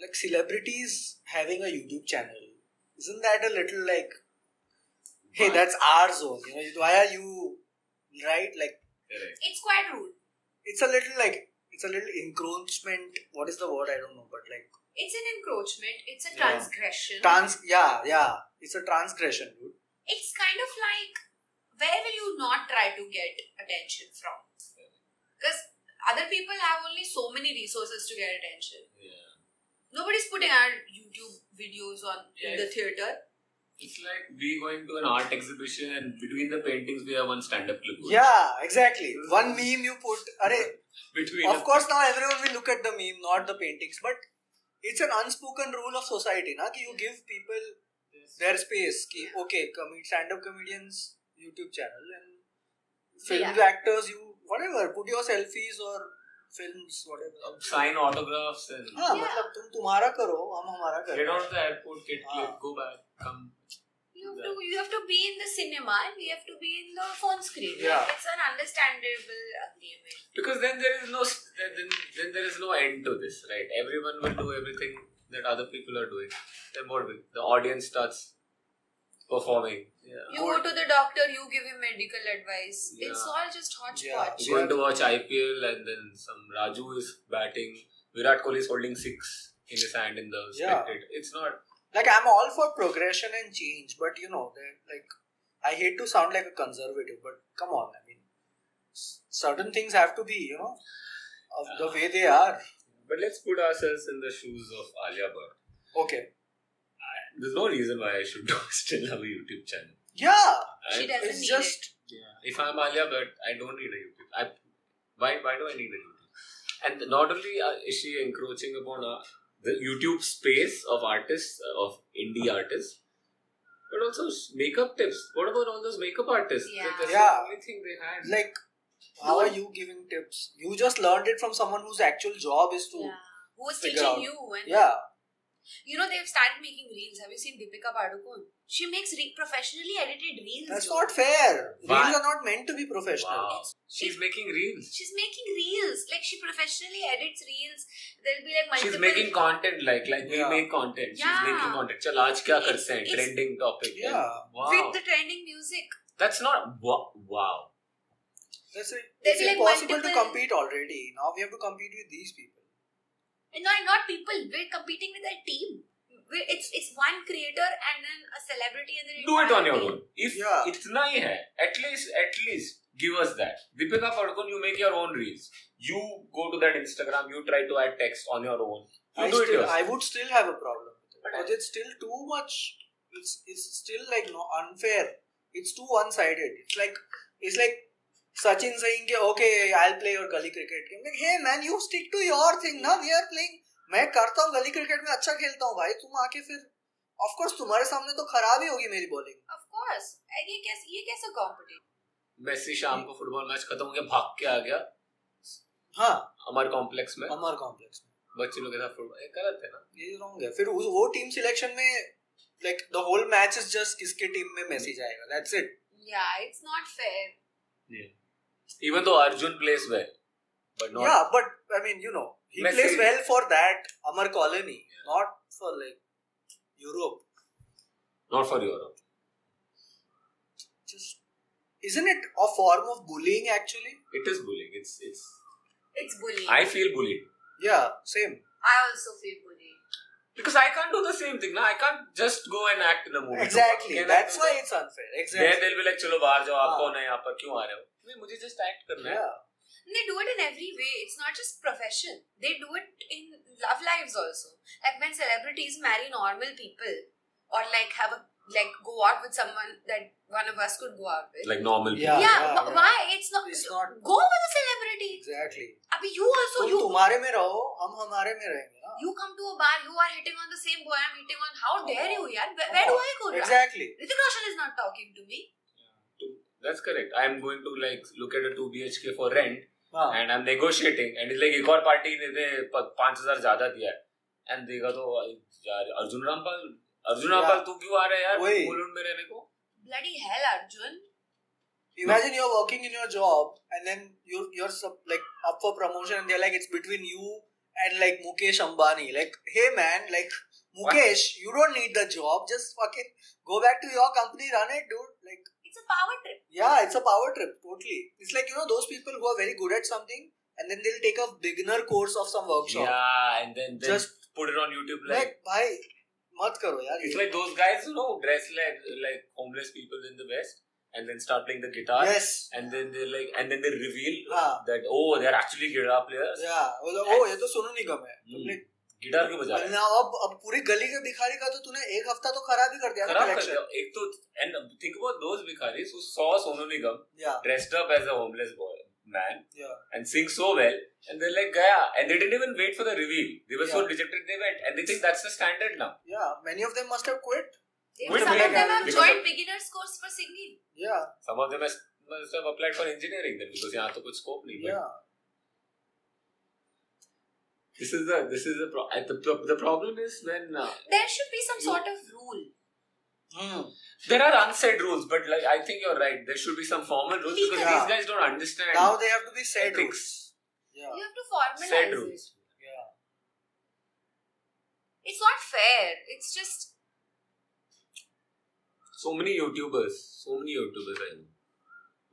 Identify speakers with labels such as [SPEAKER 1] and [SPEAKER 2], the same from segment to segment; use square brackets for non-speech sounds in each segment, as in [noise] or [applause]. [SPEAKER 1] like celebrities having a YouTube channel, isn't that a little like, hey,
[SPEAKER 2] Why?
[SPEAKER 1] that's our zone? You know, why are you right? Like,
[SPEAKER 2] Correct.
[SPEAKER 3] It's quite rude.
[SPEAKER 1] it's a little like it's a little encroachment. What is the word? I don't know, but like
[SPEAKER 3] It's an encroachment. It's a
[SPEAKER 2] Yeah.
[SPEAKER 3] transgression.
[SPEAKER 1] trans. Yeah, yeah. It's a transgression, dude.
[SPEAKER 3] it's kind of like where will you not try to get attention from? Because other people have only so many resources to get attention.
[SPEAKER 2] Yeah.
[SPEAKER 3] Nobody's putting out YouTube videos on in
[SPEAKER 2] Yeah.
[SPEAKER 3] the theater.
[SPEAKER 2] It's like we going to an art exhibition and between the paintings we have one stand-up clipboard.
[SPEAKER 1] Yeah, exactly. One meme you put. Array,
[SPEAKER 2] Between
[SPEAKER 1] of
[SPEAKER 2] a-
[SPEAKER 1] course now everyone will look at the meme not the paintings but it's an unspoken rule of society na ki you give people their space ki okay com- stand up comedians youtube channel and film
[SPEAKER 3] Yeah.
[SPEAKER 1] actors you whatever put your selfies or films whatever
[SPEAKER 2] sign autographs and
[SPEAKER 1] हाँ
[SPEAKER 3] Yeah.
[SPEAKER 1] मतलब तुम तुम्हारा करो हम हमारा
[SPEAKER 2] get
[SPEAKER 1] करो
[SPEAKER 2] out of the airport, get
[SPEAKER 1] Ah.
[SPEAKER 2] clipped, go back, come.
[SPEAKER 3] You have to you have to be in the cinema and we have to be in the phone screen. Like,
[SPEAKER 1] Yeah.
[SPEAKER 3] it's an understandable agreement.
[SPEAKER 2] Because then there is no s- then, then then there is no end to this, right? Everyone will do everything that other people are doing. Then what? will- The audience starts performing. Yeah.
[SPEAKER 3] You
[SPEAKER 1] Good.
[SPEAKER 3] go to the doctor, you give him medical advice.
[SPEAKER 2] Yeah.
[SPEAKER 3] It's all just hodgepodge.
[SPEAKER 2] Going to watch IPL and then some Raju is batting. Virat Kohli is holding six in his hand in the
[SPEAKER 1] Yeah.
[SPEAKER 2] spectator. It's not.
[SPEAKER 1] like I'm all for progression and change, but you know, they're, like I hate to sound like a conservative, but come on, I mean, s- certain things have to be, you know, of the way they are.
[SPEAKER 2] But let's put ourselves in the shoes of Alia Bhatt.
[SPEAKER 1] Okay,
[SPEAKER 2] There's no reason why I should [laughs] still have a YouTube channel.
[SPEAKER 1] yeah,
[SPEAKER 3] She
[SPEAKER 2] I-
[SPEAKER 3] doesn't
[SPEAKER 1] it's
[SPEAKER 3] need
[SPEAKER 1] just
[SPEAKER 2] Yeah. If I'm Alia Bhatt, I don't need a YouTube. I, why, why do I need a YouTube? And not only uh, is she encroaching upon uh, the YouTube space of artists, uh, of indie artists, but also s- makeup tips. What about all those makeup artists?
[SPEAKER 3] Yeah.
[SPEAKER 2] That- That's
[SPEAKER 1] Yeah.
[SPEAKER 2] the only thing they had.
[SPEAKER 1] like how are you giving tips? You just learned it from someone whose actual job is to
[SPEAKER 3] it. Yeah. Who's
[SPEAKER 1] Figure
[SPEAKER 3] teaching
[SPEAKER 1] out.
[SPEAKER 3] you and
[SPEAKER 1] yeah.
[SPEAKER 3] You know, they've started making reels. Have you seen Deepika Padukone? She makes re- professionally edited reels.
[SPEAKER 1] That's
[SPEAKER 3] though.
[SPEAKER 1] not fair.
[SPEAKER 2] Why?
[SPEAKER 1] Reels are not meant to be professional.
[SPEAKER 2] wow. She's making reels.
[SPEAKER 3] She's making reels. Like, she professionally edits reels. There'll be like multiple.
[SPEAKER 2] She's making content like like
[SPEAKER 1] Yeah.
[SPEAKER 2] we make content.
[SPEAKER 3] Yeah.
[SPEAKER 2] She's making content. चल आज क्या
[SPEAKER 3] It's-
[SPEAKER 2] करते हैं
[SPEAKER 3] it's-
[SPEAKER 2] trending topic.
[SPEAKER 1] Yeah.
[SPEAKER 2] Wow.
[SPEAKER 3] With the trending music.
[SPEAKER 2] That's not wow. wow.
[SPEAKER 1] That's it.
[SPEAKER 3] There's
[SPEAKER 1] It's
[SPEAKER 3] like
[SPEAKER 1] impossible to
[SPEAKER 3] multiple-
[SPEAKER 1] compete already. Now we have to compete with these people.
[SPEAKER 3] And not, not people. We're competing with a team. We're, it's it's one creator and then a celebrity and then
[SPEAKER 2] do it
[SPEAKER 3] one
[SPEAKER 2] on your
[SPEAKER 3] team.
[SPEAKER 2] own. If
[SPEAKER 1] Yeah.
[SPEAKER 2] इतना ही है, at least at least give us that. Deepika Padukone, you make your own reels. You go to that Instagram. You try to add text on your own. You
[SPEAKER 1] I,
[SPEAKER 2] do it
[SPEAKER 1] still,
[SPEAKER 2] yourself.
[SPEAKER 1] I would still have a problem with it
[SPEAKER 2] But I-
[SPEAKER 1] because it's still too much. It's it's still like no unfair. It's too one sided. It's like it's like Sachin saying, "Ke, "Okay, I'll play your gully cricket." I'm like, "Hey man, you stick to your thing. Now we are playing. मैं करता हूँ गली cricket में अच्छा खेलता हूँ भाई तुम आके फिर ऑफ कोर्स तुम्हारे सामने तो खराब ही होगी मेरी बॉलिंग
[SPEAKER 3] Of course. And ये कैसे ये कैसा competition?
[SPEAKER 2] मेसी शाम को फुटबॉल मैच खत्म हो गया, भाग के आ गया
[SPEAKER 1] हाँ
[SPEAKER 2] हमारे कॉम्प्लेक्स में
[SPEAKER 1] अमर कॉम्प्लेक्स में
[SPEAKER 2] बच्चे लोग के साथ फुटबॉल ये गलत है ना
[SPEAKER 1] ये रॉन्ग है फिर उस वो टीम सिलेक्शन में like the whole match is just किसके टीम में मैसेज आएगा that's it
[SPEAKER 3] Yeah, it's not fair.
[SPEAKER 2] Even though Arjun plays well but not
[SPEAKER 1] Yeah, but I mean, you know, he
[SPEAKER 2] Messi.
[SPEAKER 1] plays well for that Amar colony, not for like Europe.
[SPEAKER 2] Not for Europe
[SPEAKER 1] Just isn't it a form of bullying actually?
[SPEAKER 2] It is bullying it's it's
[SPEAKER 3] It's bullying.
[SPEAKER 2] I feel bullied
[SPEAKER 1] Yeah, same.
[SPEAKER 3] I also feel bullied.
[SPEAKER 2] Because I can't do the same thing, na. I can't just go and act in a movie.
[SPEAKER 1] Exactly.
[SPEAKER 2] Can I
[SPEAKER 1] That's
[SPEAKER 2] do
[SPEAKER 1] why
[SPEAKER 2] that?
[SPEAKER 1] it's unfair.
[SPEAKER 2] There
[SPEAKER 1] Exactly.
[SPEAKER 2] They be like चलो बाहर जाओ आप
[SPEAKER 1] हाँ।
[SPEAKER 2] कौन है यहाँ पर क्यों आ रहे हो नहीं मुझे जस्ट एक्ट करना है
[SPEAKER 1] Yeah.
[SPEAKER 3] And they do it in every way. It's not just profession. They do it in love lives also. Like when celebrities marry normal people, or like have a like go out with someone that one of us could go out with.
[SPEAKER 2] like normal
[SPEAKER 1] Yeah,
[SPEAKER 3] yeah,
[SPEAKER 1] yeah,
[SPEAKER 3] wh-
[SPEAKER 1] yeah.
[SPEAKER 3] why it's not?
[SPEAKER 1] It's not
[SPEAKER 3] Go with a celebrity.
[SPEAKER 1] exactly.
[SPEAKER 3] Abhi you also
[SPEAKER 1] तुम
[SPEAKER 3] you
[SPEAKER 1] तुम्हारे में रहो, हम हमारे में रहेंगे ना.
[SPEAKER 3] you come to a bar. You are hitting on the same boy I'm hitting on. How dare you, yaar? Where, where do I go? Ra-
[SPEAKER 1] Exactly.
[SPEAKER 3] Ritik Roshan is not talking to me.
[SPEAKER 2] that's correct I am going to like look at a 2 BHK for rent
[SPEAKER 1] हाँ.
[SPEAKER 2] and I'm negotiating and it's like एक और party ने दे पाँच हजार ज्यादा दिया है and देखा तो यार अर्जुन रामपाल अर्जुन
[SPEAKER 1] Yeah.
[SPEAKER 2] रामपाल तू क्यों आ रहा है यार
[SPEAKER 1] वही।
[SPEAKER 2] मुलुंड में रहने को
[SPEAKER 3] Bloody hell, Arjun.
[SPEAKER 1] Imagine you're working in your job and then you're you're sub, like up for promotion and they're like it's between you and like Mukesh Ambani. Like, hey man, like Mukesh, you don't need the job. Just fucking go back to your company, run it, dude. Like,
[SPEAKER 3] It's a power trip.
[SPEAKER 1] yeah, it's a power trip, totally. It's like you know those people who are very good at something, and then they'll take a beginner course of some workshop.
[SPEAKER 2] Yeah, and then, then
[SPEAKER 1] Just-
[SPEAKER 2] put it on YouTube. Like,
[SPEAKER 1] Like, bhai, mat karo yaar.
[SPEAKER 2] it's
[SPEAKER 1] ye.
[SPEAKER 2] like those guys, you know, dress like like homeless people in the West, and then start playing the guitar,
[SPEAKER 1] yes.
[SPEAKER 2] and then they like, and then they reveal
[SPEAKER 1] हाँ,
[SPEAKER 2] that oh, they're actually guitar players.
[SPEAKER 1] yeah. बोला, "Oh, ये तो सोनू निगम है
[SPEAKER 2] Hmm.
[SPEAKER 1] like-
[SPEAKER 2] guitar क्यों बजा
[SPEAKER 1] और
[SPEAKER 2] रहे हैं?
[SPEAKER 1] ना अब अब पूरी गली के भिखारी का तो तूने एक हफ्ता तो खराब ही कर दिया
[SPEAKER 2] खराब कर दिया एक तो and think about those bikaris who saw Sonu Nigam
[SPEAKER 1] या
[SPEAKER 2] dressed up as a homeless boy man
[SPEAKER 1] Yeah.
[SPEAKER 2] and sing so well and they're like Gaya and they didn't even wait for the reveal they were so
[SPEAKER 1] Yeah.
[SPEAKER 2] dejected they went and they think that's the standard now
[SPEAKER 1] या many of them must have quit
[SPEAKER 3] They-
[SPEAKER 2] Wait a
[SPEAKER 3] Some
[SPEAKER 1] minute,
[SPEAKER 3] of them have
[SPEAKER 2] because
[SPEAKER 3] joined
[SPEAKER 2] of-
[SPEAKER 3] beginners course for singing.
[SPEAKER 1] yeah
[SPEAKER 2] some of them has, must have applied for engineering then because यहाँ तो कुछ scope नहीं but
[SPEAKER 1] yeah
[SPEAKER 2] this is the this is the pro- uh, the, pro- the problem is when uh,
[SPEAKER 3] There should be some
[SPEAKER 2] You-
[SPEAKER 3] sort of rule.
[SPEAKER 1] hmm.
[SPEAKER 2] there are unsaid rules but like I think you're right there should be some formal rules because
[SPEAKER 1] Yeah.
[SPEAKER 2] these guys don't understand
[SPEAKER 1] now they have to be said
[SPEAKER 2] ethics
[SPEAKER 1] yeah
[SPEAKER 3] You have to formalize
[SPEAKER 2] said
[SPEAKER 3] it.
[SPEAKER 2] rules
[SPEAKER 1] yeah
[SPEAKER 3] It's not fair. It's just
[SPEAKER 2] So many YouTubers, so many YouTubers I know,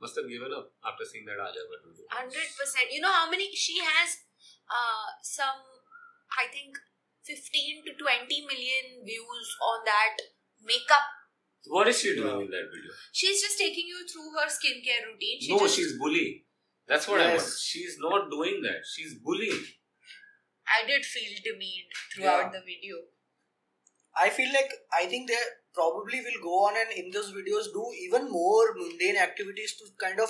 [SPEAKER 2] must have given up after seeing that Alia Bhatt video.
[SPEAKER 3] hundred percent. You know how many she has? Uh, some I think fifteen to twenty million views on that makeup.
[SPEAKER 2] What is she doing in that video?
[SPEAKER 3] She's just taking you through her skincare routine. She
[SPEAKER 2] no,
[SPEAKER 3] just,
[SPEAKER 2] she's bullying. That's what I
[SPEAKER 1] Yes.
[SPEAKER 2] want. She's not doing that. She's bullying.
[SPEAKER 3] I did feel demeaned throughout
[SPEAKER 1] Yeah.
[SPEAKER 3] the video.
[SPEAKER 1] I feel like I think they probably will go on and in those videos do even more mundane activities to kind of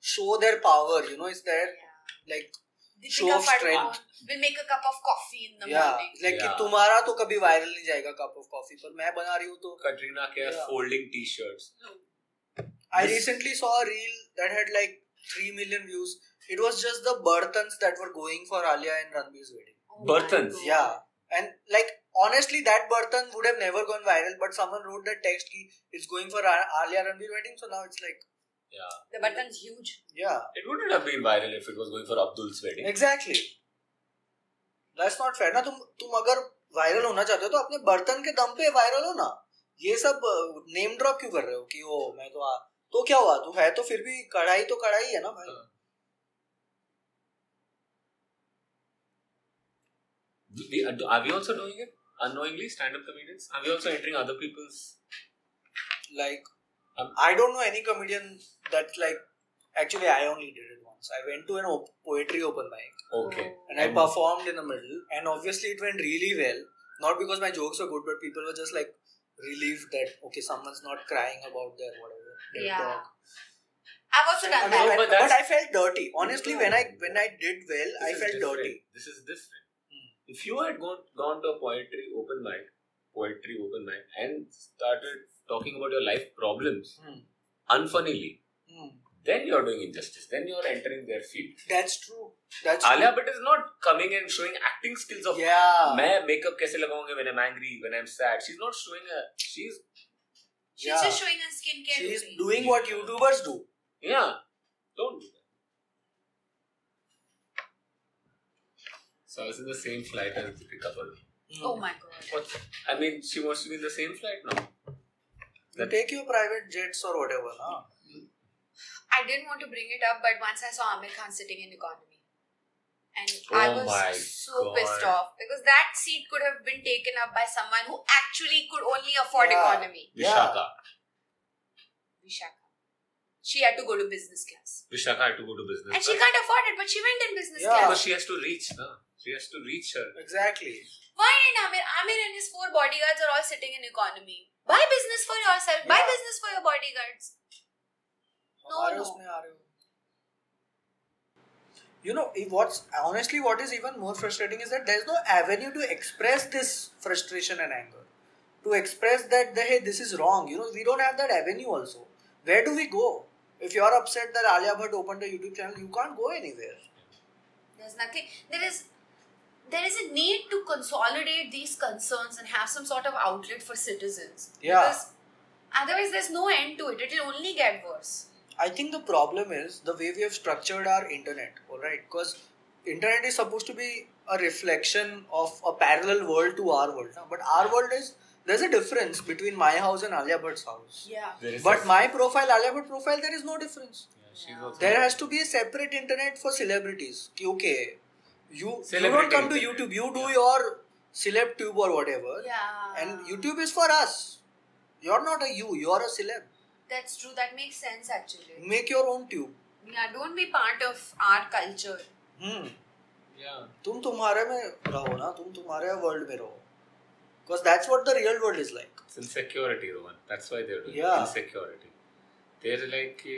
[SPEAKER 1] show their power you know it's their like
[SPEAKER 3] Deepika
[SPEAKER 1] Show of
[SPEAKER 3] Padukone
[SPEAKER 1] strength.
[SPEAKER 3] will make a cup of coffee in the
[SPEAKER 1] yeah
[SPEAKER 3] morning.
[SPEAKER 1] like कि
[SPEAKER 2] Yeah.
[SPEAKER 1] तुम्हारा तो कभी viral नहीं जाएगा cup of coffee पर मैं बना रही हूँ तो
[SPEAKER 2] Katrina Kaif
[SPEAKER 1] Yeah.
[SPEAKER 2] folding t-shirts.
[SPEAKER 1] I
[SPEAKER 2] This-
[SPEAKER 1] recently saw a reel that had like 3 million views. It was just the Burtons that were going for Alia and Ranbir's wedding.
[SPEAKER 3] Oh my
[SPEAKER 2] Burtons.
[SPEAKER 3] God.
[SPEAKER 1] Yeah. And like honestly, that Burton would have never gone viral, but someone wrote that text ki it's going for A- Alia Ranbir wedding, so now it's like
[SPEAKER 2] Yeah.
[SPEAKER 3] The Burtons huge.
[SPEAKER 1] yeah.
[SPEAKER 2] It wouldn't have been viral if it was going for Abdul's wedding.
[SPEAKER 1] Exactly. That's not fair. ना तुम तुम अगर viral होना चाहते हो तो अपने बर्तन के दम पे वायरल हो ना ये सब नेम ड्रॉप क्यों कर रहे हो कि ओ मैं तो आ तो क्या हुआ तू है तो फिर भी कढ़ाई तो कढ़ाई है ना भाई
[SPEAKER 2] We- Are we also doing it? Unknowingly, stand-up comedians? Are we also entering other people's...
[SPEAKER 1] like
[SPEAKER 2] Um,
[SPEAKER 1] I don't know any comedian that like actually I only did it once. I went to an op- poetry open mic
[SPEAKER 2] Okay.
[SPEAKER 3] Oh.
[SPEAKER 1] and I performed in the middle and obviously it went really well. Not because my jokes were good, but people were just like relieved that okay, someone's not crying about their whatever. their
[SPEAKER 3] Yeah.
[SPEAKER 1] dog.
[SPEAKER 3] I've also
[SPEAKER 1] I
[SPEAKER 3] done
[SPEAKER 1] mean,
[SPEAKER 2] No,
[SPEAKER 1] I-
[SPEAKER 3] that.
[SPEAKER 2] but
[SPEAKER 1] but,
[SPEAKER 2] that's-
[SPEAKER 1] I felt dirty. Honestly, when I when I did well,
[SPEAKER 2] This
[SPEAKER 1] I
[SPEAKER 2] is
[SPEAKER 1] felt
[SPEAKER 2] different.
[SPEAKER 1] dirty.
[SPEAKER 2] This is different.
[SPEAKER 1] Hmm.
[SPEAKER 2] If you had gone gone to a poetry open mic, poetry open mic, and started talking about your life problems
[SPEAKER 1] Hmm.
[SPEAKER 2] unfunnily,
[SPEAKER 1] Hmm.
[SPEAKER 2] then you're doing injustice. Then you're entering their field.
[SPEAKER 1] That's true. That's
[SPEAKER 2] Alia Bhatt is not coming and showing acting skills of
[SPEAKER 1] true. Yeah.
[SPEAKER 2] मैं makeup कैसे लगाऊंगी when I'm angry, when I'm sad. She's not showing a she's
[SPEAKER 3] She's
[SPEAKER 1] Yeah.
[SPEAKER 3] just showing her skincare
[SPEAKER 1] She's
[SPEAKER 3] routine.
[SPEAKER 1] doing what YouTubers do.
[SPEAKER 2] yeah. Don't do that. So I was in the same flight as Deepika Padukone.
[SPEAKER 3] oh
[SPEAKER 1] Hmm.
[SPEAKER 3] my god.
[SPEAKER 2] What? I mean, she wants to be in the same flight now.
[SPEAKER 1] You take your private jets or whatever, na?
[SPEAKER 3] I didn't want to bring it up, but once I saw Amir Khan sitting in economy, and
[SPEAKER 2] Oh
[SPEAKER 3] I was
[SPEAKER 2] my
[SPEAKER 3] so
[SPEAKER 2] God.
[SPEAKER 3] pissed off because that seat could have been taken up by someone who actually could only afford
[SPEAKER 1] Yeah.
[SPEAKER 3] economy.
[SPEAKER 1] Yeah.
[SPEAKER 2] Vishaka.
[SPEAKER 3] Vishaka, she had to go to business class,
[SPEAKER 2] Vishaka had to go to business.
[SPEAKER 3] and she
[SPEAKER 2] class.
[SPEAKER 3] can't afford it, but she went in business
[SPEAKER 1] Yeah.
[SPEAKER 2] But
[SPEAKER 3] class.
[SPEAKER 2] she has to reach, na? She has to reach her.
[SPEAKER 1] Exactly.
[SPEAKER 3] Why didn't Amir? Amir and his four bodyguards are all sitting in economy. Buy business for yourself. Buy
[SPEAKER 1] Yeah.
[SPEAKER 3] business for your bodyguards. No,
[SPEAKER 1] हमारे
[SPEAKER 3] no.
[SPEAKER 1] उसमें आ रहे हो you know if what's honestly what is even more frustrating is that there's no avenue to express this frustration and anger to express that the, hey this is wrong you know we don't have that avenue also where do we go if you're upset that Alia Bhatt opened a YouTube channel you can't go anywhere
[SPEAKER 3] There's nothing. There is there is a need to consolidate these concerns and have some sort of outlet for citizens.
[SPEAKER 1] Yeah.
[SPEAKER 3] Because otherwise, there's no end to it. It'll only get worse.
[SPEAKER 1] I think the problem is the way we have structured our internet, all right? Because internet is supposed to be a reflection of a parallel world to our world. na? But our world is there's a difference between my house and Alia Bhatt's house.
[SPEAKER 3] Yeah.
[SPEAKER 2] There is
[SPEAKER 1] But
[SPEAKER 2] this-
[SPEAKER 1] my profile, Alia Bhatt profile, there is no difference.
[SPEAKER 2] Yeah, she's also-
[SPEAKER 1] There has to be a separate internet for celebrities. कि Okay, you you don't
[SPEAKER 2] Celebrity
[SPEAKER 1] come to
[SPEAKER 2] internet.
[SPEAKER 1] YouTube. You do your celeb tube or whatever,
[SPEAKER 3] Yeah.
[SPEAKER 1] and YouTube is for us. You're not a you. You're a celeb.
[SPEAKER 3] That's true. That makes sense actually.
[SPEAKER 1] Make your own tube.
[SPEAKER 3] Yeah. Don't be part of our culture.
[SPEAKER 1] Hmm.
[SPEAKER 2] Yeah.
[SPEAKER 1] तुम तुम्हारे में रहो ना तुम तुम्हारे world में रहो because that's what the real world is like
[SPEAKER 2] It's insecurity, Roman. That's why they're doing
[SPEAKER 1] Yeah.
[SPEAKER 2] it. Insecurity. They're like, कि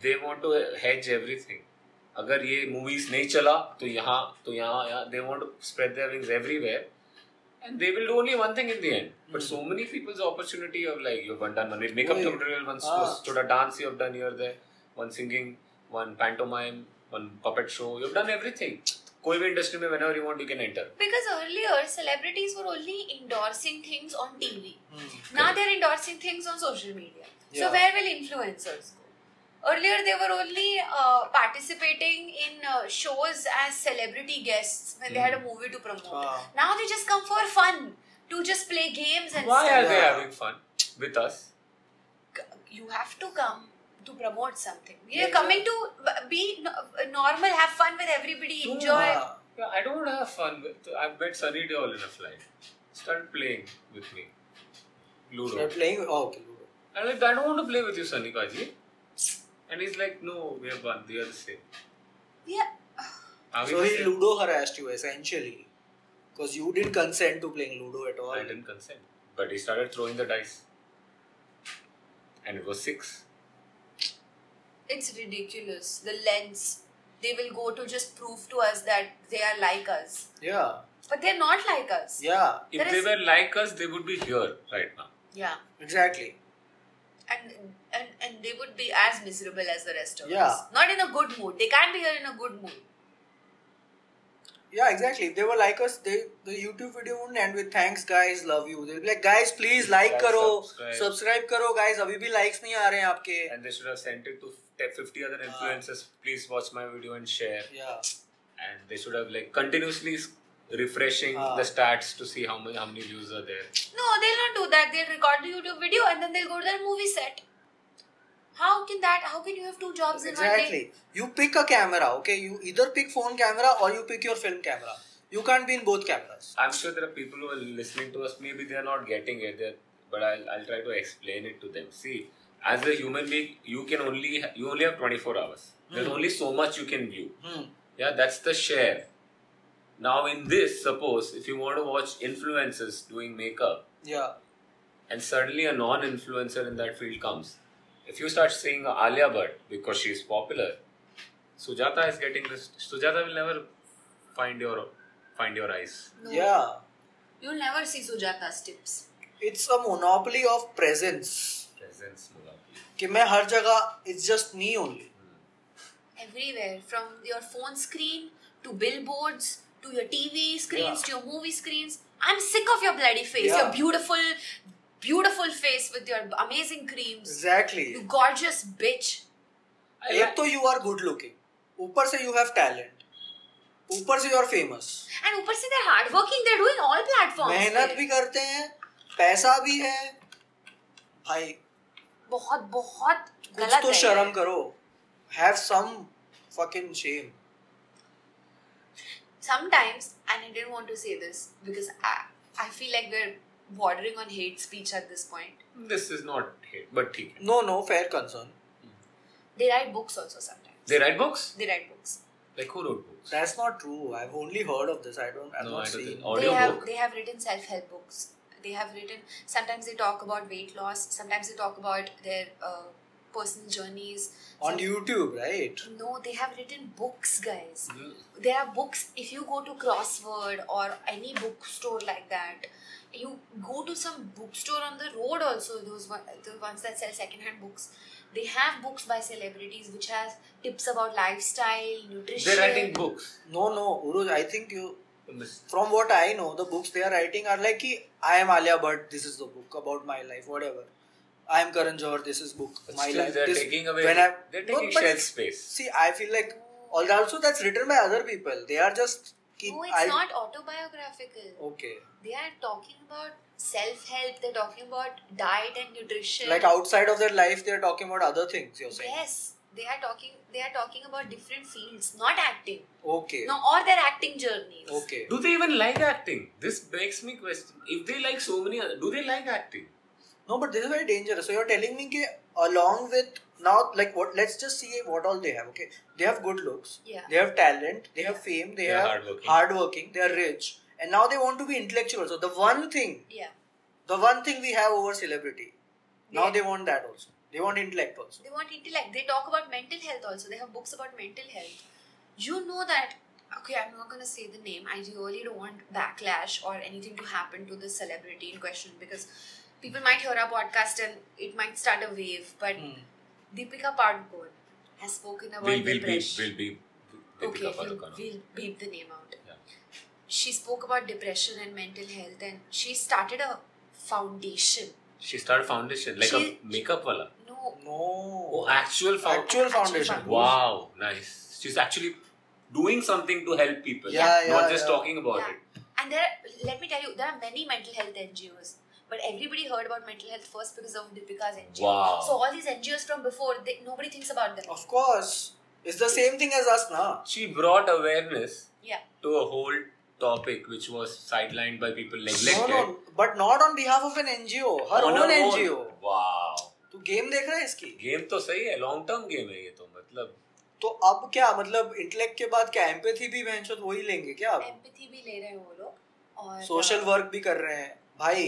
[SPEAKER 2] they want to hedge everything. अगर ये movies नहीं चला तो यहाँ तो यहाँ यहाँ they want to spread their wings everywhere and they will do only one thing in the end but
[SPEAKER 1] Hmm.
[SPEAKER 2] so many people's opportunity of like you've done one makeup
[SPEAKER 1] Wait.
[SPEAKER 2] tutorial one
[SPEAKER 1] Ah.
[SPEAKER 2] sort of dance you've done here there one singing one pantomime one puppet show you've done everything कोई भी industry में whenever you want you can enter
[SPEAKER 3] Because earlier celebrities were only endorsing things on TV.
[SPEAKER 1] hmm.
[SPEAKER 3] Now they're endorsing things on social media.
[SPEAKER 1] Yeah.
[SPEAKER 3] So where will influencers go? Earlier they were only uh, participating in uh, shows as celebrity guests when they had a movie to promote.
[SPEAKER 1] Hmm. Ah.
[SPEAKER 3] Now they just come for fun to just play games and
[SPEAKER 2] why are
[SPEAKER 3] stuff.
[SPEAKER 2] they
[SPEAKER 1] Yeah.
[SPEAKER 2] having fun with us
[SPEAKER 3] You have to come to promote something. You're
[SPEAKER 1] Yeah.
[SPEAKER 3] coming to b- be no- uh, normal, have fun with everybody,
[SPEAKER 2] No,
[SPEAKER 3] enjoy.
[SPEAKER 1] Ah,
[SPEAKER 2] Yeah, I don't have fun with. I bet Sunny Deol in a flight. Start playing with me. Ludo.
[SPEAKER 1] they're playing oh, okay Ludo.
[SPEAKER 2] I'm like, I don't want to play with you, Sunny Kaji. And he's like, No, we have one. We are the same.
[SPEAKER 3] Yeah.
[SPEAKER 2] Are we
[SPEAKER 1] so
[SPEAKER 2] the
[SPEAKER 1] he
[SPEAKER 2] same?
[SPEAKER 1] Ludo harassed you essentially because you didn't consent to playing Ludo at all
[SPEAKER 2] I didn't consent. But he started throwing the dice. And it was six.
[SPEAKER 3] It's ridiculous. The lens they will go to just prove to us that they are like us.
[SPEAKER 1] yeah
[SPEAKER 3] But they're not like us.
[SPEAKER 1] yeah
[SPEAKER 2] If
[SPEAKER 3] There
[SPEAKER 2] they
[SPEAKER 3] is-
[SPEAKER 2] were like us, they would be here right now.
[SPEAKER 3] Yeah.
[SPEAKER 1] exactly
[SPEAKER 3] And, and and they would be as miserable as the rest of
[SPEAKER 1] Yeah.
[SPEAKER 3] us. Not in a good mood. They can't be here in a good mood.
[SPEAKER 1] yeah exactly if they were like us they the YouTube video wouldn't end with thanks guys love you they'll be like guys please like
[SPEAKER 2] Guys,
[SPEAKER 1] करो
[SPEAKER 2] subscribe."
[SPEAKER 1] subscribe करो guys अभी भी likes नहीं आ रहे हैं आपके
[SPEAKER 2] And they should have sent it to 50
[SPEAKER 3] Ah.
[SPEAKER 2] other influencers. Please watch my video and share.
[SPEAKER 1] yeah
[SPEAKER 2] and they should have like continuously s- refreshing
[SPEAKER 1] Ah.
[SPEAKER 2] the stats to see how many how many views are there.
[SPEAKER 3] No, they'll not do that. They'll record the YouTube video and then they'll go to their movie set. How can that? How can you have two jobs in one day?
[SPEAKER 1] Exactly. You pick a camera, okay? You either pick phone camera or you pick your film camera. You can't be in both cameras.
[SPEAKER 2] I'm sure there are people who are listening to us. Maybe they are not getting it. They're, but I'll, I'll try to explain it to them. See, as a human being, you can only ha- you only have 24 hours. There's only so much you can view.
[SPEAKER 1] Hmm.
[SPEAKER 2] Yeah, that's the share. Now in this, suppose if you want to watch influencers doing makeup,
[SPEAKER 1] Yeah.
[SPEAKER 2] and suddenly a non-influencer in that field comes. If you start seeing Alia Bhatt because she's popular, Sujata is getting this. Sujata will never find your find your eyes.
[SPEAKER 3] No.
[SPEAKER 1] Yeah.
[SPEAKER 3] You'll never see Sujata's tips.
[SPEAKER 1] It's a monopoly of presence.
[SPEAKER 2] Presence Mulaki.
[SPEAKER 1] कि मैं हर जगह it's just me only.
[SPEAKER 3] Everywhere, from your phone screen to billboards to your TV screens
[SPEAKER 1] Yeah.
[SPEAKER 3] to your movie screens. I'm sick of your bloody face.
[SPEAKER 1] Yeah.
[SPEAKER 3] Your beautiful, beautiful face with your amazing creams.
[SPEAKER 1] Exactly.
[SPEAKER 3] You gorgeous bitch.
[SPEAKER 2] I
[SPEAKER 1] एक
[SPEAKER 2] like,
[SPEAKER 1] तो you are good looking. ऊपर से you have talent. ऊपर से you are famous.
[SPEAKER 3] And ऊपर से they're hardworking. They're doing all platforms.
[SPEAKER 1] मेहनत
[SPEAKER 3] पे.
[SPEAKER 1] भी करते हैं पैसा भी है भाई
[SPEAKER 3] बहुत बहुत
[SPEAKER 1] कुछ
[SPEAKER 3] गलत
[SPEAKER 1] तो
[SPEAKER 3] है
[SPEAKER 1] शर्म करो have some fucking shame
[SPEAKER 3] sometimes and i didn't want to say this because i, I feel like we're bordering on hate speech at this point
[SPEAKER 2] this is not hate, but ठीक है.
[SPEAKER 1] No no fair concern
[SPEAKER 3] they write books also sometimes
[SPEAKER 2] They write books.
[SPEAKER 3] they write books
[SPEAKER 2] Like who wrote books?
[SPEAKER 1] That's not true. I've only heard of this. I don't. I've
[SPEAKER 2] No,
[SPEAKER 1] not
[SPEAKER 2] I don't
[SPEAKER 1] seen.
[SPEAKER 2] think- Audio
[SPEAKER 3] they have
[SPEAKER 2] book?
[SPEAKER 3] they have written self-help books they have written sometimes they talk about weight loss sometimes they talk about their uh, personal journeys
[SPEAKER 1] On
[SPEAKER 3] Some-
[SPEAKER 1] YouTube, right?
[SPEAKER 3] no they have written books guys
[SPEAKER 2] Hmm.
[SPEAKER 3] there are books if you go to crossword or any bookstore like that you go to some bookstore on the road also those one, the ones that sell secondhand books they have books by celebrities which has tips about lifestyle nutrition
[SPEAKER 2] They're writing books.
[SPEAKER 1] No, no, Uruj. I think you.
[SPEAKER 2] Miss-
[SPEAKER 1] From what I know, the books they are writing are like, "Ki, I am Alia Bhatt. This is the book about my life. Whatever. I am Karan Johar. This is book.
[SPEAKER 2] But
[SPEAKER 1] my
[SPEAKER 2] still
[SPEAKER 1] life.
[SPEAKER 2] they're
[SPEAKER 1] this,
[SPEAKER 2] taking away.
[SPEAKER 1] When I
[SPEAKER 2] they're
[SPEAKER 1] No,
[SPEAKER 2] taking
[SPEAKER 1] but
[SPEAKER 2] shelf
[SPEAKER 1] it's-
[SPEAKER 2] space.
[SPEAKER 1] See, I feel like Al- Also, that's written by other people. They are just keep.
[SPEAKER 3] No, it's
[SPEAKER 1] I- Oh.
[SPEAKER 3] not autobiographical.
[SPEAKER 1] Okay.
[SPEAKER 3] They are talking about self help, they're talking about diet and nutrition.
[SPEAKER 1] Like outside of their life, they're talking about other things. You're saying.
[SPEAKER 3] Yes. They are talking they are talking about different fields, not acting.
[SPEAKER 1] Okay.
[SPEAKER 3] No, or their acting journeys.
[SPEAKER 1] Okay.
[SPEAKER 2] Do they even like acting? This makes me question. If they like so many other, do they like acting?
[SPEAKER 1] No, but this is very dangerous. So you're telling me that along with now, like what? Let's just see what all they have. Okay, they have good looks.
[SPEAKER 3] Yeah.
[SPEAKER 1] They have talent. They have fame. They
[SPEAKER 2] They are
[SPEAKER 1] have
[SPEAKER 2] hardworking.
[SPEAKER 1] hardworking, They are rich, and now they want to be intellectual. So the one thing,
[SPEAKER 3] Yeah.
[SPEAKER 1] the one thing we have over celebrity, now
[SPEAKER 3] Yeah.
[SPEAKER 1] they want that also. They want intellect also.
[SPEAKER 3] They want intellect. They talk about mental health also. They have books about mental health. You know that. Okay, I'm not gonna say the name. I really don't want backlash or anything to happen to the celebrity in question because people might hear our podcast and it might start a wave. But
[SPEAKER 1] Hmm.
[SPEAKER 3] Deepika Padukone has spoken about
[SPEAKER 2] We'll, we'll beep,
[SPEAKER 3] depression.
[SPEAKER 2] we'll beep.
[SPEAKER 3] okay,
[SPEAKER 2] Deepika
[SPEAKER 3] we'll,
[SPEAKER 2] Padukone.
[SPEAKER 3] we'll beep the name out.
[SPEAKER 2] Yeah.
[SPEAKER 3] She spoke about depression and mental health, and she started a foundation.
[SPEAKER 2] She started foundation like
[SPEAKER 3] She-
[SPEAKER 2] a makeup wala.
[SPEAKER 3] No,
[SPEAKER 1] No.
[SPEAKER 2] Oh, actual foundation.
[SPEAKER 1] Actual
[SPEAKER 3] Actual
[SPEAKER 1] foundation.
[SPEAKER 3] foundation.
[SPEAKER 2] Wow, nice. She's actually doing something to help people.
[SPEAKER 1] Yeah,
[SPEAKER 2] Not
[SPEAKER 1] yeah,
[SPEAKER 2] just
[SPEAKER 1] yeah.
[SPEAKER 2] talking about
[SPEAKER 3] Yeah.
[SPEAKER 2] it.
[SPEAKER 3] And there, are, let me tell you, there are many mental health NGOs, but everybody heard about mental health first because of Deepika's NGO.
[SPEAKER 2] Wow.
[SPEAKER 3] So all these NGOs from before, they, nobody thinks about them.
[SPEAKER 1] Of course, it's the same thing as us, na?
[SPEAKER 2] She brought awareness
[SPEAKER 3] Yeah,
[SPEAKER 2] to a whole topic which was sidelined by people
[SPEAKER 1] No,
[SPEAKER 2] neglected.
[SPEAKER 1] no, but not on behalf of an NGO. Her
[SPEAKER 2] On
[SPEAKER 1] own
[SPEAKER 2] her own.
[SPEAKER 1] NGO.
[SPEAKER 2] Wow.
[SPEAKER 1] तू game देख रहा है इसकी?
[SPEAKER 2] Game तो सही है long term game है ये तो मतलब
[SPEAKER 1] तो अब क्या मतलब इंटेलेक्ट के बाद क्या एम्पैथी भी बहनचोद वही लेंगे क्या अब
[SPEAKER 3] empathy तो भी ले रहे हैं वो लोग और uh,
[SPEAKER 1] सोशल वर्क भी कर रहे हैं भाई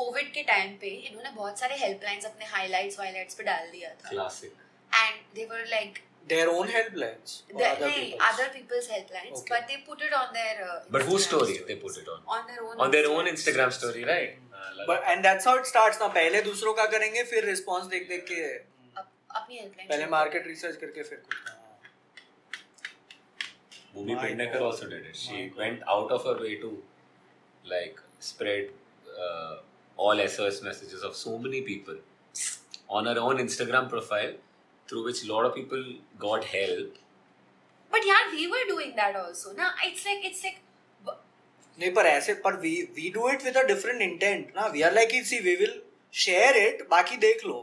[SPEAKER 3] कोविड के टाइम पे इन्होंने बहुत सारे हेल्पलाइंस अपने हाईलाइट्स वाईलाइट्स पे डाल दिया था
[SPEAKER 2] classic
[SPEAKER 3] and they were like
[SPEAKER 1] their own helplines
[SPEAKER 3] नहीं other people's helplines
[SPEAKER 1] Okay.
[SPEAKER 3] But they put it on there
[SPEAKER 2] but who story they put it on
[SPEAKER 3] uh, on their own
[SPEAKER 2] on their own
[SPEAKER 3] Instagram
[SPEAKER 2] Instagram
[SPEAKER 3] stories.
[SPEAKER 2] Story right
[SPEAKER 1] but and that's how it starts ना पहले दूसरों का करेंगे फिर response देख देख के
[SPEAKER 3] अप- अपनी हेल्पलाइन
[SPEAKER 1] पहले मार्केट रिसर्च करके फिर कुछ हाँ।
[SPEAKER 2] Bhumi
[SPEAKER 1] My
[SPEAKER 2] Pendekar
[SPEAKER 1] God.
[SPEAKER 2] also did it. She
[SPEAKER 1] My God.
[SPEAKER 2] went out of her way to like spread uh, all SOS messages of so many people on her own Instagram profile, through which a lot of people got help.
[SPEAKER 3] But यार we were doing that also ना it's like it's like
[SPEAKER 1] नहीं पर ऐसे पर we we do it with a different intent ना we are like it see we will share it बाकी देख लो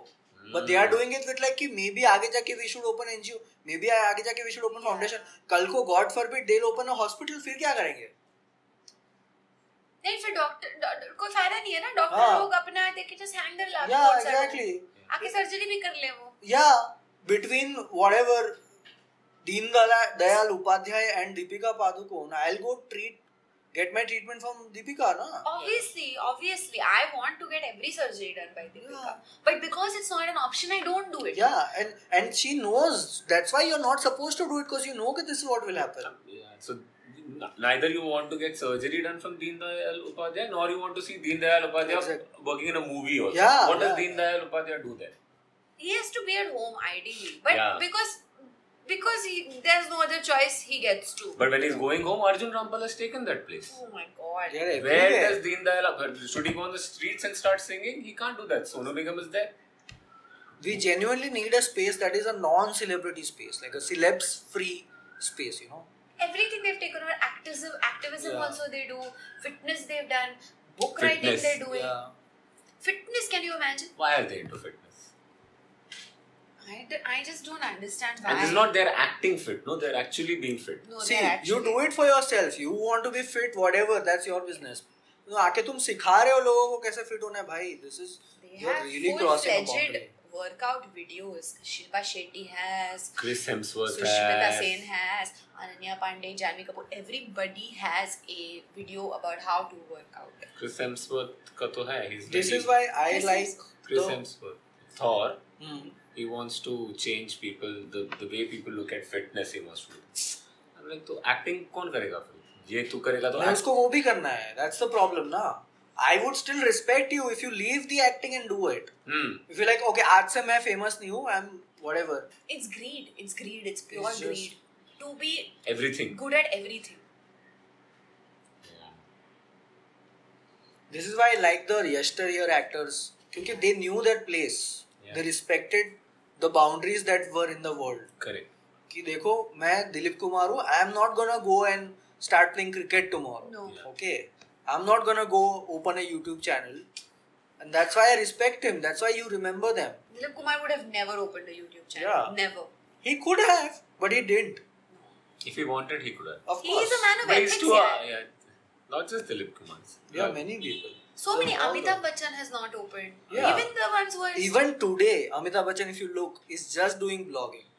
[SPEAKER 1] but they are doing it with like कि मे बी आगे जाके we should open NGO maybe आगे जाके we should open foundation कल को God forbid they open a hospital फिर क्या करेंगे
[SPEAKER 3] नहीं फिर डॉक्टर डॉक्टर कोई फायदा नहीं है ना डॉक्टर
[SPEAKER 1] हाँ।
[SPEAKER 3] लोग अपना दे के जस्ट हैंडल ला
[SPEAKER 1] या एग्जैक्टली
[SPEAKER 3] आके सर्जरी भी कर ले वो
[SPEAKER 1] या between whatever Deendayal Dayal Upadhyay and Deepika Padukone I will go treat get my treatment from Deepika ना
[SPEAKER 3] obviously obviously i want to get every surgery done by deepika but because it's not an option i don't do it
[SPEAKER 1] yeah and and she knows that's why you're not supposed to do it because you know that this is what will happen
[SPEAKER 2] Mm. Yeah, so n- neither you want to get surgery done from Deen Dayal Upadhyay, nor you want to see Deen Dayal Upadhyay
[SPEAKER 1] Exactly.
[SPEAKER 2] working in a movie also.
[SPEAKER 1] Yeah,
[SPEAKER 2] what does
[SPEAKER 1] yeah.
[SPEAKER 2] Deen Dayal Upadhyay do there?
[SPEAKER 3] he has to be at home ideally but
[SPEAKER 2] Yeah.
[SPEAKER 3] because because he, there's no other choice he gets to
[SPEAKER 2] But when he's going home, Arjun Rampal has taken that place.
[SPEAKER 3] oh my god
[SPEAKER 1] They are
[SPEAKER 2] Where
[SPEAKER 1] everywhere.
[SPEAKER 2] does Deen Dayal should he go on the streets and start singing? He can't do that. Sonu Nigam is there.
[SPEAKER 1] we genuinely need a space that is a non-celebrity space like a celebs free space you know
[SPEAKER 3] everything they've taken over activism activism
[SPEAKER 1] Yeah.
[SPEAKER 3] also they do fitness they've done book
[SPEAKER 2] Fitness,
[SPEAKER 3] writing they're doing fitness can you imagine
[SPEAKER 2] Why are they into fitness?
[SPEAKER 3] I, d- I just don't understand why
[SPEAKER 2] And it's not their acting fit. No, they're actually being fit.
[SPEAKER 3] no,
[SPEAKER 1] See,
[SPEAKER 3] they're actually,
[SPEAKER 1] you do it for yourself. You want to be fit, whatever. That's your business. No, आके तुम सिखा रहे हो लोगों को कैसे fit होना है भाई this is
[SPEAKER 3] they
[SPEAKER 1] you are
[SPEAKER 3] have
[SPEAKER 1] really crossing a
[SPEAKER 3] full-fledged
[SPEAKER 1] boundary
[SPEAKER 3] workout videos Shilpa Shetty has
[SPEAKER 2] Chris Hemsworth
[SPEAKER 3] Sushmita
[SPEAKER 2] has.
[SPEAKER 3] Sen has Ananya Pandey Janvi Kapoor everybody has a video about how to work out
[SPEAKER 2] Chris Hemsworth ka to hai. He's
[SPEAKER 1] this
[SPEAKER 2] very-
[SPEAKER 1] is why I
[SPEAKER 3] This is-
[SPEAKER 1] like
[SPEAKER 2] Chris
[SPEAKER 1] the- Hmm,
[SPEAKER 2] Hemsworth. Thor. He wants to change people the, the way people look at fitness. He wants to. I'm like, तो acting कौन करेगा फिर? ये तू करेगा तो
[SPEAKER 1] मैं उसको वो भी करना है दैट्स द प्रॉब्लम ना I would still respect you if you leave the acting and do it
[SPEAKER 2] Hmm.
[SPEAKER 1] If you like okay आज से मैं फेमस नहीं हूँ I am whatever
[SPEAKER 3] it's greed it's greed it's pure
[SPEAKER 1] It's just-
[SPEAKER 3] greed to be
[SPEAKER 2] Everything.
[SPEAKER 3] good at everything
[SPEAKER 1] this is why like the yesteryear actors क्योंकि they knew that place
[SPEAKER 2] Yeah.
[SPEAKER 1] They respected the boundaries that were in the world
[SPEAKER 2] Correct.
[SPEAKER 1] कि देखो मैं दिलीप कुमार हूँ I am not gonna go and start playing cricket tomorrow
[SPEAKER 3] No.
[SPEAKER 2] Yeah.
[SPEAKER 1] Okay I am not gonna go open a YouTube channel and that's why I respect him that's why you remember them
[SPEAKER 3] Dilip Kumar would have never opened a YouTube channel.
[SPEAKER 1] Yeah.
[SPEAKER 3] Never.
[SPEAKER 1] He could have but he didn't
[SPEAKER 2] If he wanted, he could have.
[SPEAKER 1] Of
[SPEAKER 3] He is a man of
[SPEAKER 2] But he's
[SPEAKER 3] ethics.
[SPEAKER 2] too,
[SPEAKER 3] yeah.
[SPEAKER 2] yeah, not just Dilip Kumar.
[SPEAKER 1] there are many people
[SPEAKER 3] So many.
[SPEAKER 1] Yeah, all
[SPEAKER 3] Amitabh
[SPEAKER 1] the-
[SPEAKER 3] Bachchan has not opened.
[SPEAKER 1] Yeah.
[SPEAKER 3] Even the ones who are.
[SPEAKER 1] even today amitabh bachchan if you look is just doing blogging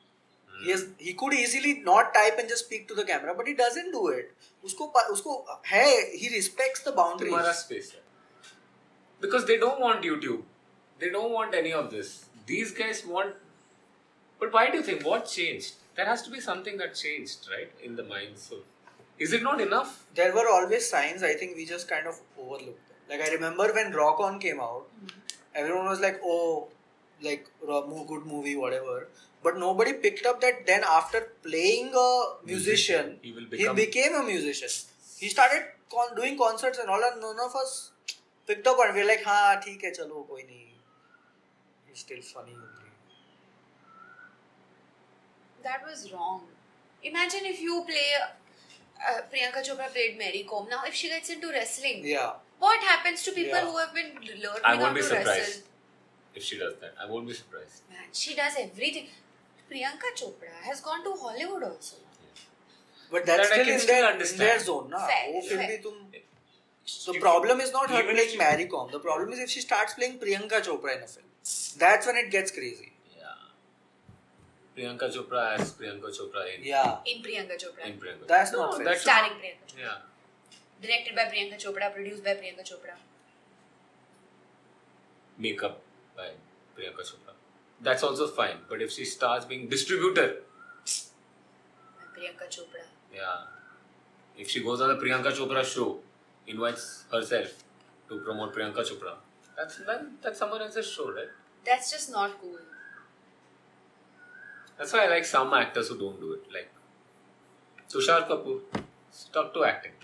[SPEAKER 1] he has he could easily not type and just speak to the camera but he doesn't do it उसको प- उसको है he respects the
[SPEAKER 2] तुम्हारा
[SPEAKER 1] boundaries
[SPEAKER 2] space है because they don't want youtube they don't want any of this these guys want but why do you think what changed there has to be something that changed right in the minds of is it not enough
[SPEAKER 1] there were always signs i think we just kind of overlooked them. like i remember when rock on came out everyone was like oh like ro- mo- good movie whatever but nobody picked up that then after playing a musician
[SPEAKER 2] He will become-
[SPEAKER 1] he became a musician he started con- doing concerts and all and none of us picked up and we are like ha theek hai chalo koi nahi he's still funny only."
[SPEAKER 3] That was wrong. Imagine if you play. Uh, Priyanka Chopra played Mary Kom. Now, if she gets into wrestling,
[SPEAKER 1] yeah
[SPEAKER 3] what happens to people
[SPEAKER 1] Yeah.
[SPEAKER 3] who have been learning
[SPEAKER 2] i
[SPEAKER 3] how
[SPEAKER 2] won't
[SPEAKER 3] to
[SPEAKER 2] be
[SPEAKER 3] wrestle?
[SPEAKER 2] surprised if she does that i won't be surprised
[SPEAKER 3] Man, she does everything. Priyanka Chopra has gone to Hollywood also.
[SPEAKER 1] but that's
[SPEAKER 2] That I
[SPEAKER 1] still
[SPEAKER 2] can
[SPEAKER 1] in
[SPEAKER 2] still
[SPEAKER 1] their, in
[SPEAKER 2] understand.
[SPEAKER 1] their zone na
[SPEAKER 3] Fair,
[SPEAKER 1] वो फिर
[SPEAKER 3] fair.
[SPEAKER 1] भी तुम The problem is not her
[SPEAKER 2] Even if
[SPEAKER 1] playing
[SPEAKER 2] she-
[SPEAKER 1] Mary Kom. The problem is if she starts playing Priyanka Chopra in a film. That's when it gets crazy.
[SPEAKER 2] yeah priyanka chopra as priyanka chopra in,
[SPEAKER 1] Yeah.
[SPEAKER 3] In Priyanka Chopra.
[SPEAKER 2] in priyanka
[SPEAKER 1] That's
[SPEAKER 2] no,
[SPEAKER 1] not fair.
[SPEAKER 2] that should-
[SPEAKER 3] Starring Priyanka Chopra.
[SPEAKER 2] yeah
[SPEAKER 3] Directed by Priyanka Chopra. Produced by Priyanka Chopra.
[SPEAKER 2] makeup by priyanka chopra that's also fine but if she starts being distributor
[SPEAKER 3] Priyanka Chopra.
[SPEAKER 2] Yeah. If she goes on the Priyanka Chopra show, invites herself to promote Priyanka Chopra, that's then that's someone else's show, right?
[SPEAKER 3] That's just not cool.
[SPEAKER 2] That's why I like some actors who don't do it. Like Tushar Kapoor, stuck to acting.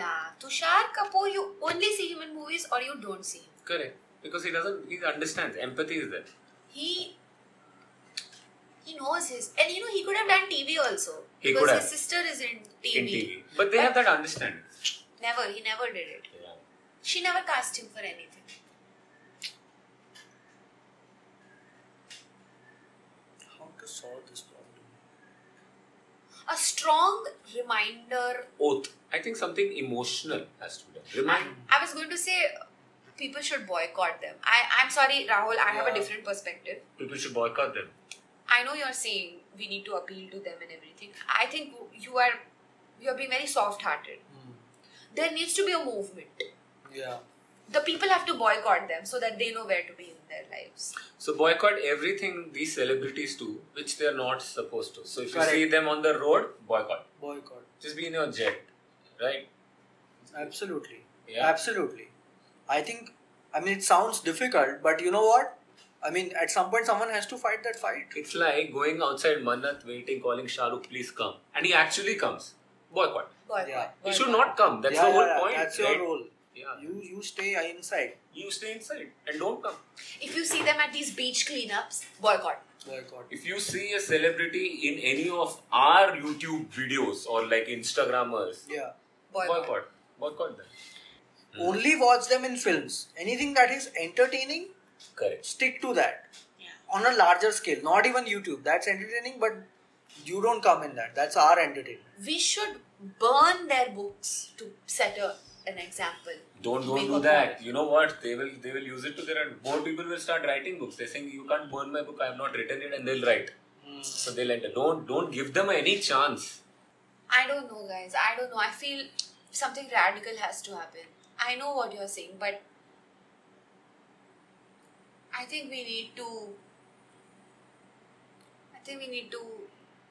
[SPEAKER 3] Yeah. Tushar Kapoor, you only see him in movies or you don't see him.
[SPEAKER 2] Correct. Because he doesn't, he understands. Empathy is there.
[SPEAKER 3] He he knows his and you know he could have done TV also.
[SPEAKER 2] He
[SPEAKER 3] because
[SPEAKER 2] could
[SPEAKER 3] his
[SPEAKER 2] have.
[SPEAKER 3] sister is in TV.
[SPEAKER 2] In TV. But they have that understanding.
[SPEAKER 3] Never, he never did it.
[SPEAKER 2] Yeah.
[SPEAKER 3] She never cast him for anything.
[SPEAKER 1] How to solve this problem?
[SPEAKER 3] A strong reminder
[SPEAKER 2] Oath. I think something emotional has to be done. Remind.
[SPEAKER 3] I was going to say people should boycott them. I, I'm sorry, Rahul, I have a
[SPEAKER 1] Yeah.
[SPEAKER 3] different perspective.
[SPEAKER 2] People should boycott them.
[SPEAKER 3] I know you're saying we need to appeal to them and everything. I think you are you're being very soft hearted. There needs to be a movement.
[SPEAKER 1] Hmm. Yeah.
[SPEAKER 3] The people have to boycott them so that they know where to be in their lives.
[SPEAKER 2] So boycott everything these celebrities do, which they are not supposed to. So if
[SPEAKER 1] Correct.
[SPEAKER 2] you see them on the road, boycott.
[SPEAKER 1] Boycott.
[SPEAKER 2] Just be in your jet, right?
[SPEAKER 1] Absolutely.
[SPEAKER 2] Yeah.
[SPEAKER 1] Absolutely. I think, I mean, it sounds difficult, but you know what? I mean, at some point, someone has to fight that fight.
[SPEAKER 2] It's like going outside Manat, waiting, calling Shahrukh, please come, and he actually comes. Boycott.
[SPEAKER 3] Boycott.
[SPEAKER 1] Yeah.
[SPEAKER 2] He
[SPEAKER 3] boycott.
[SPEAKER 2] should not come. That's
[SPEAKER 1] Yeah,
[SPEAKER 2] the whole
[SPEAKER 1] yeah, yeah.
[SPEAKER 2] point.
[SPEAKER 1] That's
[SPEAKER 2] right?
[SPEAKER 1] your role.
[SPEAKER 2] Yeah.
[SPEAKER 1] You, you stay inside.
[SPEAKER 2] You stay inside and don't come.
[SPEAKER 3] If you see them at these beach cleanups, boycott.
[SPEAKER 1] Boycott.
[SPEAKER 2] If you see a celebrity in any of our YouTube videos or like Instagrammers,
[SPEAKER 1] Yeah.
[SPEAKER 3] Boycott.
[SPEAKER 2] boycott. Boycott them.
[SPEAKER 1] Only watch them in films. Anything that is entertaining,
[SPEAKER 2] Correct.
[SPEAKER 1] stick to that.
[SPEAKER 3] Yeah.
[SPEAKER 1] on a larger scale not even youtube that's entertaining but you don't come in that that's our entertainment
[SPEAKER 3] We should burn their books to set a, an example.
[SPEAKER 2] Don't don't
[SPEAKER 3] Make
[SPEAKER 2] do
[SPEAKER 3] a
[SPEAKER 2] that.
[SPEAKER 3] point.
[SPEAKER 2] You know what? They will they will use it to their end. More people will start writing books. They think you can't burn my book. I have not written it, and they'll write. So they'll enter. Don't don't give them any chance.
[SPEAKER 3] I don't know, guys. I don't know. I feel something radical has to happen. I know what you're saying, but I think we need to. I think we need to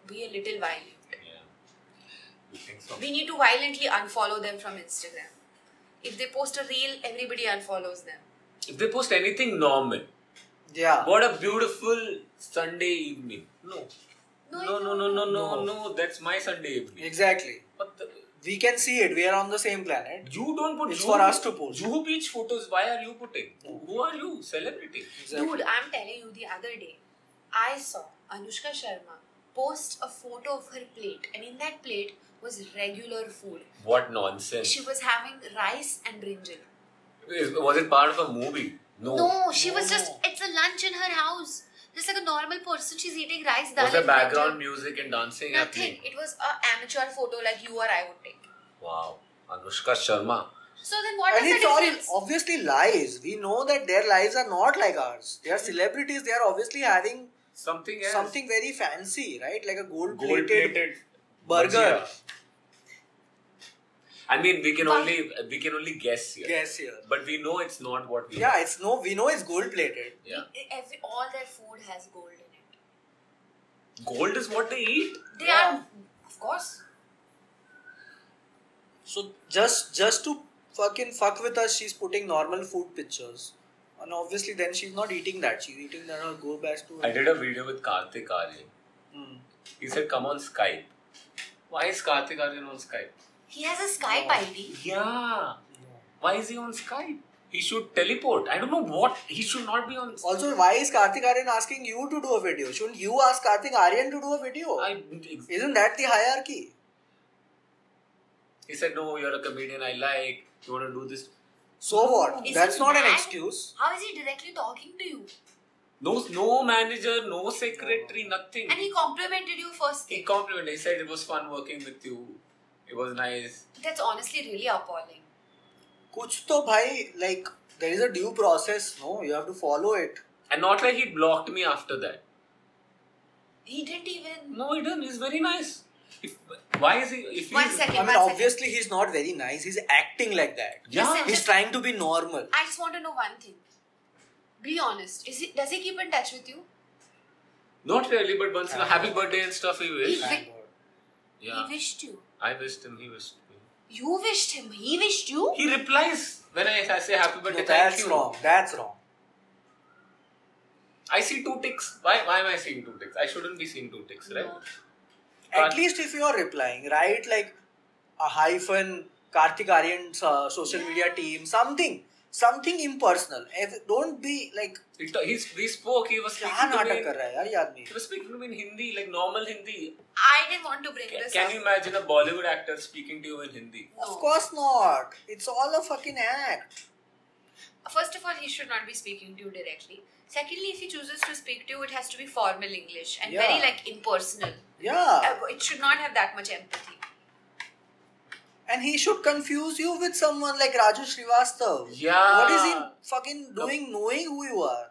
[SPEAKER 3] be a little violent.
[SPEAKER 2] Yeah. You think so?
[SPEAKER 3] We need to violently unfollow them from Instagram. If they post a reel, everybody unfollows them.
[SPEAKER 2] If they post anything normal,
[SPEAKER 1] yeah
[SPEAKER 2] what a beautiful Sunday evening. No.
[SPEAKER 3] No,
[SPEAKER 2] No no no no
[SPEAKER 1] No.
[SPEAKER 2] no no. That's my Sunday evening.
[SPEAKER 1] exactly
[SPEAKER 2] What the,
[SPEAKER 1] we can see it we are on the same planet
[SPEAKER 2] you don't put
[SPEAKER 1] It's
[SPEAKER 2] Juhu-
[SPEAKER 1] for us to post.
[SPEAKER 2] Juhu Beach photos. Why are you putting? Who are you? Celebrity.
[SPEAKER 1] exactly.
[SPEAKER 3] Dude, I'm telling you, the other day, I saw Anushka Sharma post a photo of her plate, and in that plate was regular food.
[SPEAKER 2] What nonsense.
[SPEAKER 3] She was having rice and brinjal.
[SPEAKER 2] Is- was it part of a movie? No.
[SPEAKER 4] No, she was
[SPEAKER 1] No.
[SPEAKER 4] just. It's a lunch in her house. Just like a normal person, she's eating rice. dal
[SPEAKER 2] Was there
[SPEAKER 4] and brinjal.
[SPEAKER 2] background music and dancing
[SPEAKER 3] Nothing.
[SPEAKER 2] happening?
[SPEAKER 3] It was a amateur photo like you or I would take.
[SPEAKER 2] Wow. Anushka Sharma.
[SPEAKER 3] So then what
[SPEAKER 1] And
[SPEAKER 3] was
[SPEAKER 1] it's
[SPEAKER 3] the
[SPEAKER 1] all
[SPEAKER 3] difference?
[SPEAKER 1] obviously lies. We know that their lives are not like ours. They are celebrities. They are obviously having
[SPEAKER 2] Something else.
[SPEAKER 1] something very fancy, right? Like a gold-plated,
[SPEAKER 2] Gold-plated
[SPEAKER 1] burger.
[SPEAKER 2] bhajia. I mean, we can
[SPEAKER 3] Fun.
[SPEAKER 2] only we can only guess here.
[SPEAKER 1] Guess here.
[SPEAKER 2] But we know it's not what we.
[SPEAKER 1] Yeah, it's no. We know it's gold-plated.
[SPEAKER 2] yeah.
[SPEAKER 3] E- Every, all their food has gold in it.
[SPEAKER 2] Gold is what they eat.
[SPEAKER 3] They
[SPEAKER 1] Yeah.
[SPEAKER 3] are, of course.
[SPEAKER 1] So just just to fucking fuck with us, she's putting normal food pictures. And obviously, then she's not eating that. She's eating that. Her go back to.
[SPEAKER 2] I did a video with Karthik Aryan.
[SPEAKER 1] Hmm.
[SPEAKER 2] He said, "Come on Skype." Why is Karthik Aryan on Skype?
[SPEAKER 3] He has a
[SPEAKER 2] Oh.
[SPEAKER 3] Skype ID.
[SPEAKER 2] Yeah. Why is he on Skype? He should teleport. I don't know what. He should not be on.
[SPEAKER 1] Also, why is Karthik Aryan asking you to do a video? Shouldn't you ask Karthik Aryan to do a video?
[SPEAKER 2] I,
[SPEAKER 1] Isn't that the hierarchy?
[SPEAKER 2] he said, "No, you're a comedian. I like. You want to do this?
[SPEAKER 1] So what?
[SPEAKER 3] Isn't
[SPEAKER 1] That's not an
[SPEAKER 3] that-
[SPEAKER 1] excuse.
[SPEAKER 3] How is he directly talking to you?
[SPEAKER 2] No, no manager, no secretary, nothing."
[SPEAKER 3] Oh. And he complimented you first
[SPEAKER 2] he
[SPEAKER 3] thing.
[SPEAKER 2] complimented. He said, "It was fun working with you. It was nice."
[SPEAKER 3] That's honestly really appalling.
[SPEAKER 1] कुछ तो भाई like there is a due process no you have to follow it
[SPEAKER 2] And not like he blocked me after that.
[SPEAKER 3] He didn't even.
[SPEAKER 2] No, he didn't. He's very nice. If, why is he? If
[SPEAKER 3] One
[SPEAKER 2] he's,
[SPEAKER 1] I
[SPEAKER 3] second.
[SPEAKER 1] mean
[SPEAKER 3] one second.
[SPEAKER 1] obviously he's not very nice he's acting like that
[SPEAKER 2] Yeah.
[SPEAKER 3] Listen,
[SPEAKER 1] he's trying to be normal
[SPEAKER 3] I just want to know one thing. Be honest. Is he, does he keep in touch with you?
[SPEAKER 2] Not really, but once in a happy birthday and stuff, he
[SPEAKER 3] He,
[SPEAKER 2] will.
[SPEAKER 3] wi-
[SPEAKER 2] Yeah.
[SPEAKER 3] he wished you.
[SPEAKER 2] I wished him. He wished me.
[SPEAKER 3] You wished him. He wished you.
[SPEAKER 2] He replies when I, I say happy birthday.
[SPEAKER 1] no,
[SPEAKER 2] thank
[SPEAKER 1] that's
[SPEAKER 2] you.
[SPEAKER 1] wrong that's wrong
[SPEAKER 2] I see two ticks. Why? Why am I seeing two ticks? I shouldn't be seeing two ticks, right?
[SPEAKER 3] No.
[SPEAKER 1] at
[SPEAKER 2] But-
[SPEAKER 1] least if you are replying write like a hyphen Karthik Aryan's uh, social media team something something impersonal If- don't be like
[SPEAKER 2] He, ta- he's, he spoke. He was speaking
[SPEAKER 1] क्या
[SPEAKER 2] to me.
[SPEAKER 1] नाटक
[SPEAKER 2] in-
[SPEAKER 1] कर रहा है यार ये आदमी
[SPEAKER 2] He was speaking to me in Hindi, like normal Hindi.
[SPEAKER 3] I didn't want to bring
[SPEAKER 2] Can,
[SPEAKER 3] this
[SPEAKER 2] can
[SPEAKER 3] up.
[SPEAKER 2] you imagine a Bollywood actor speaking to you in Hindi?
[SPEAKER 3] No.
[SPEAKER 1] of course not it's all a fucking act
[SPEAKER 3] First of all, he should not be speaking to you directly. Secondly, if he chooses to speak to you, it has to be formal English and very
[SPEAKER 1] Yeah.
[SPEAKER 3] like impersonal.
[SPEAKER 1] yeah
[SPEAKER 3] Uh, It should not have that much empathy.
[SPEAKER 1] And he should confuse you with someone like Raju Srivastav.
[SPEAKER 2] Yeah.
[SPEAKER 1] What is he fucking doing knowing who you are?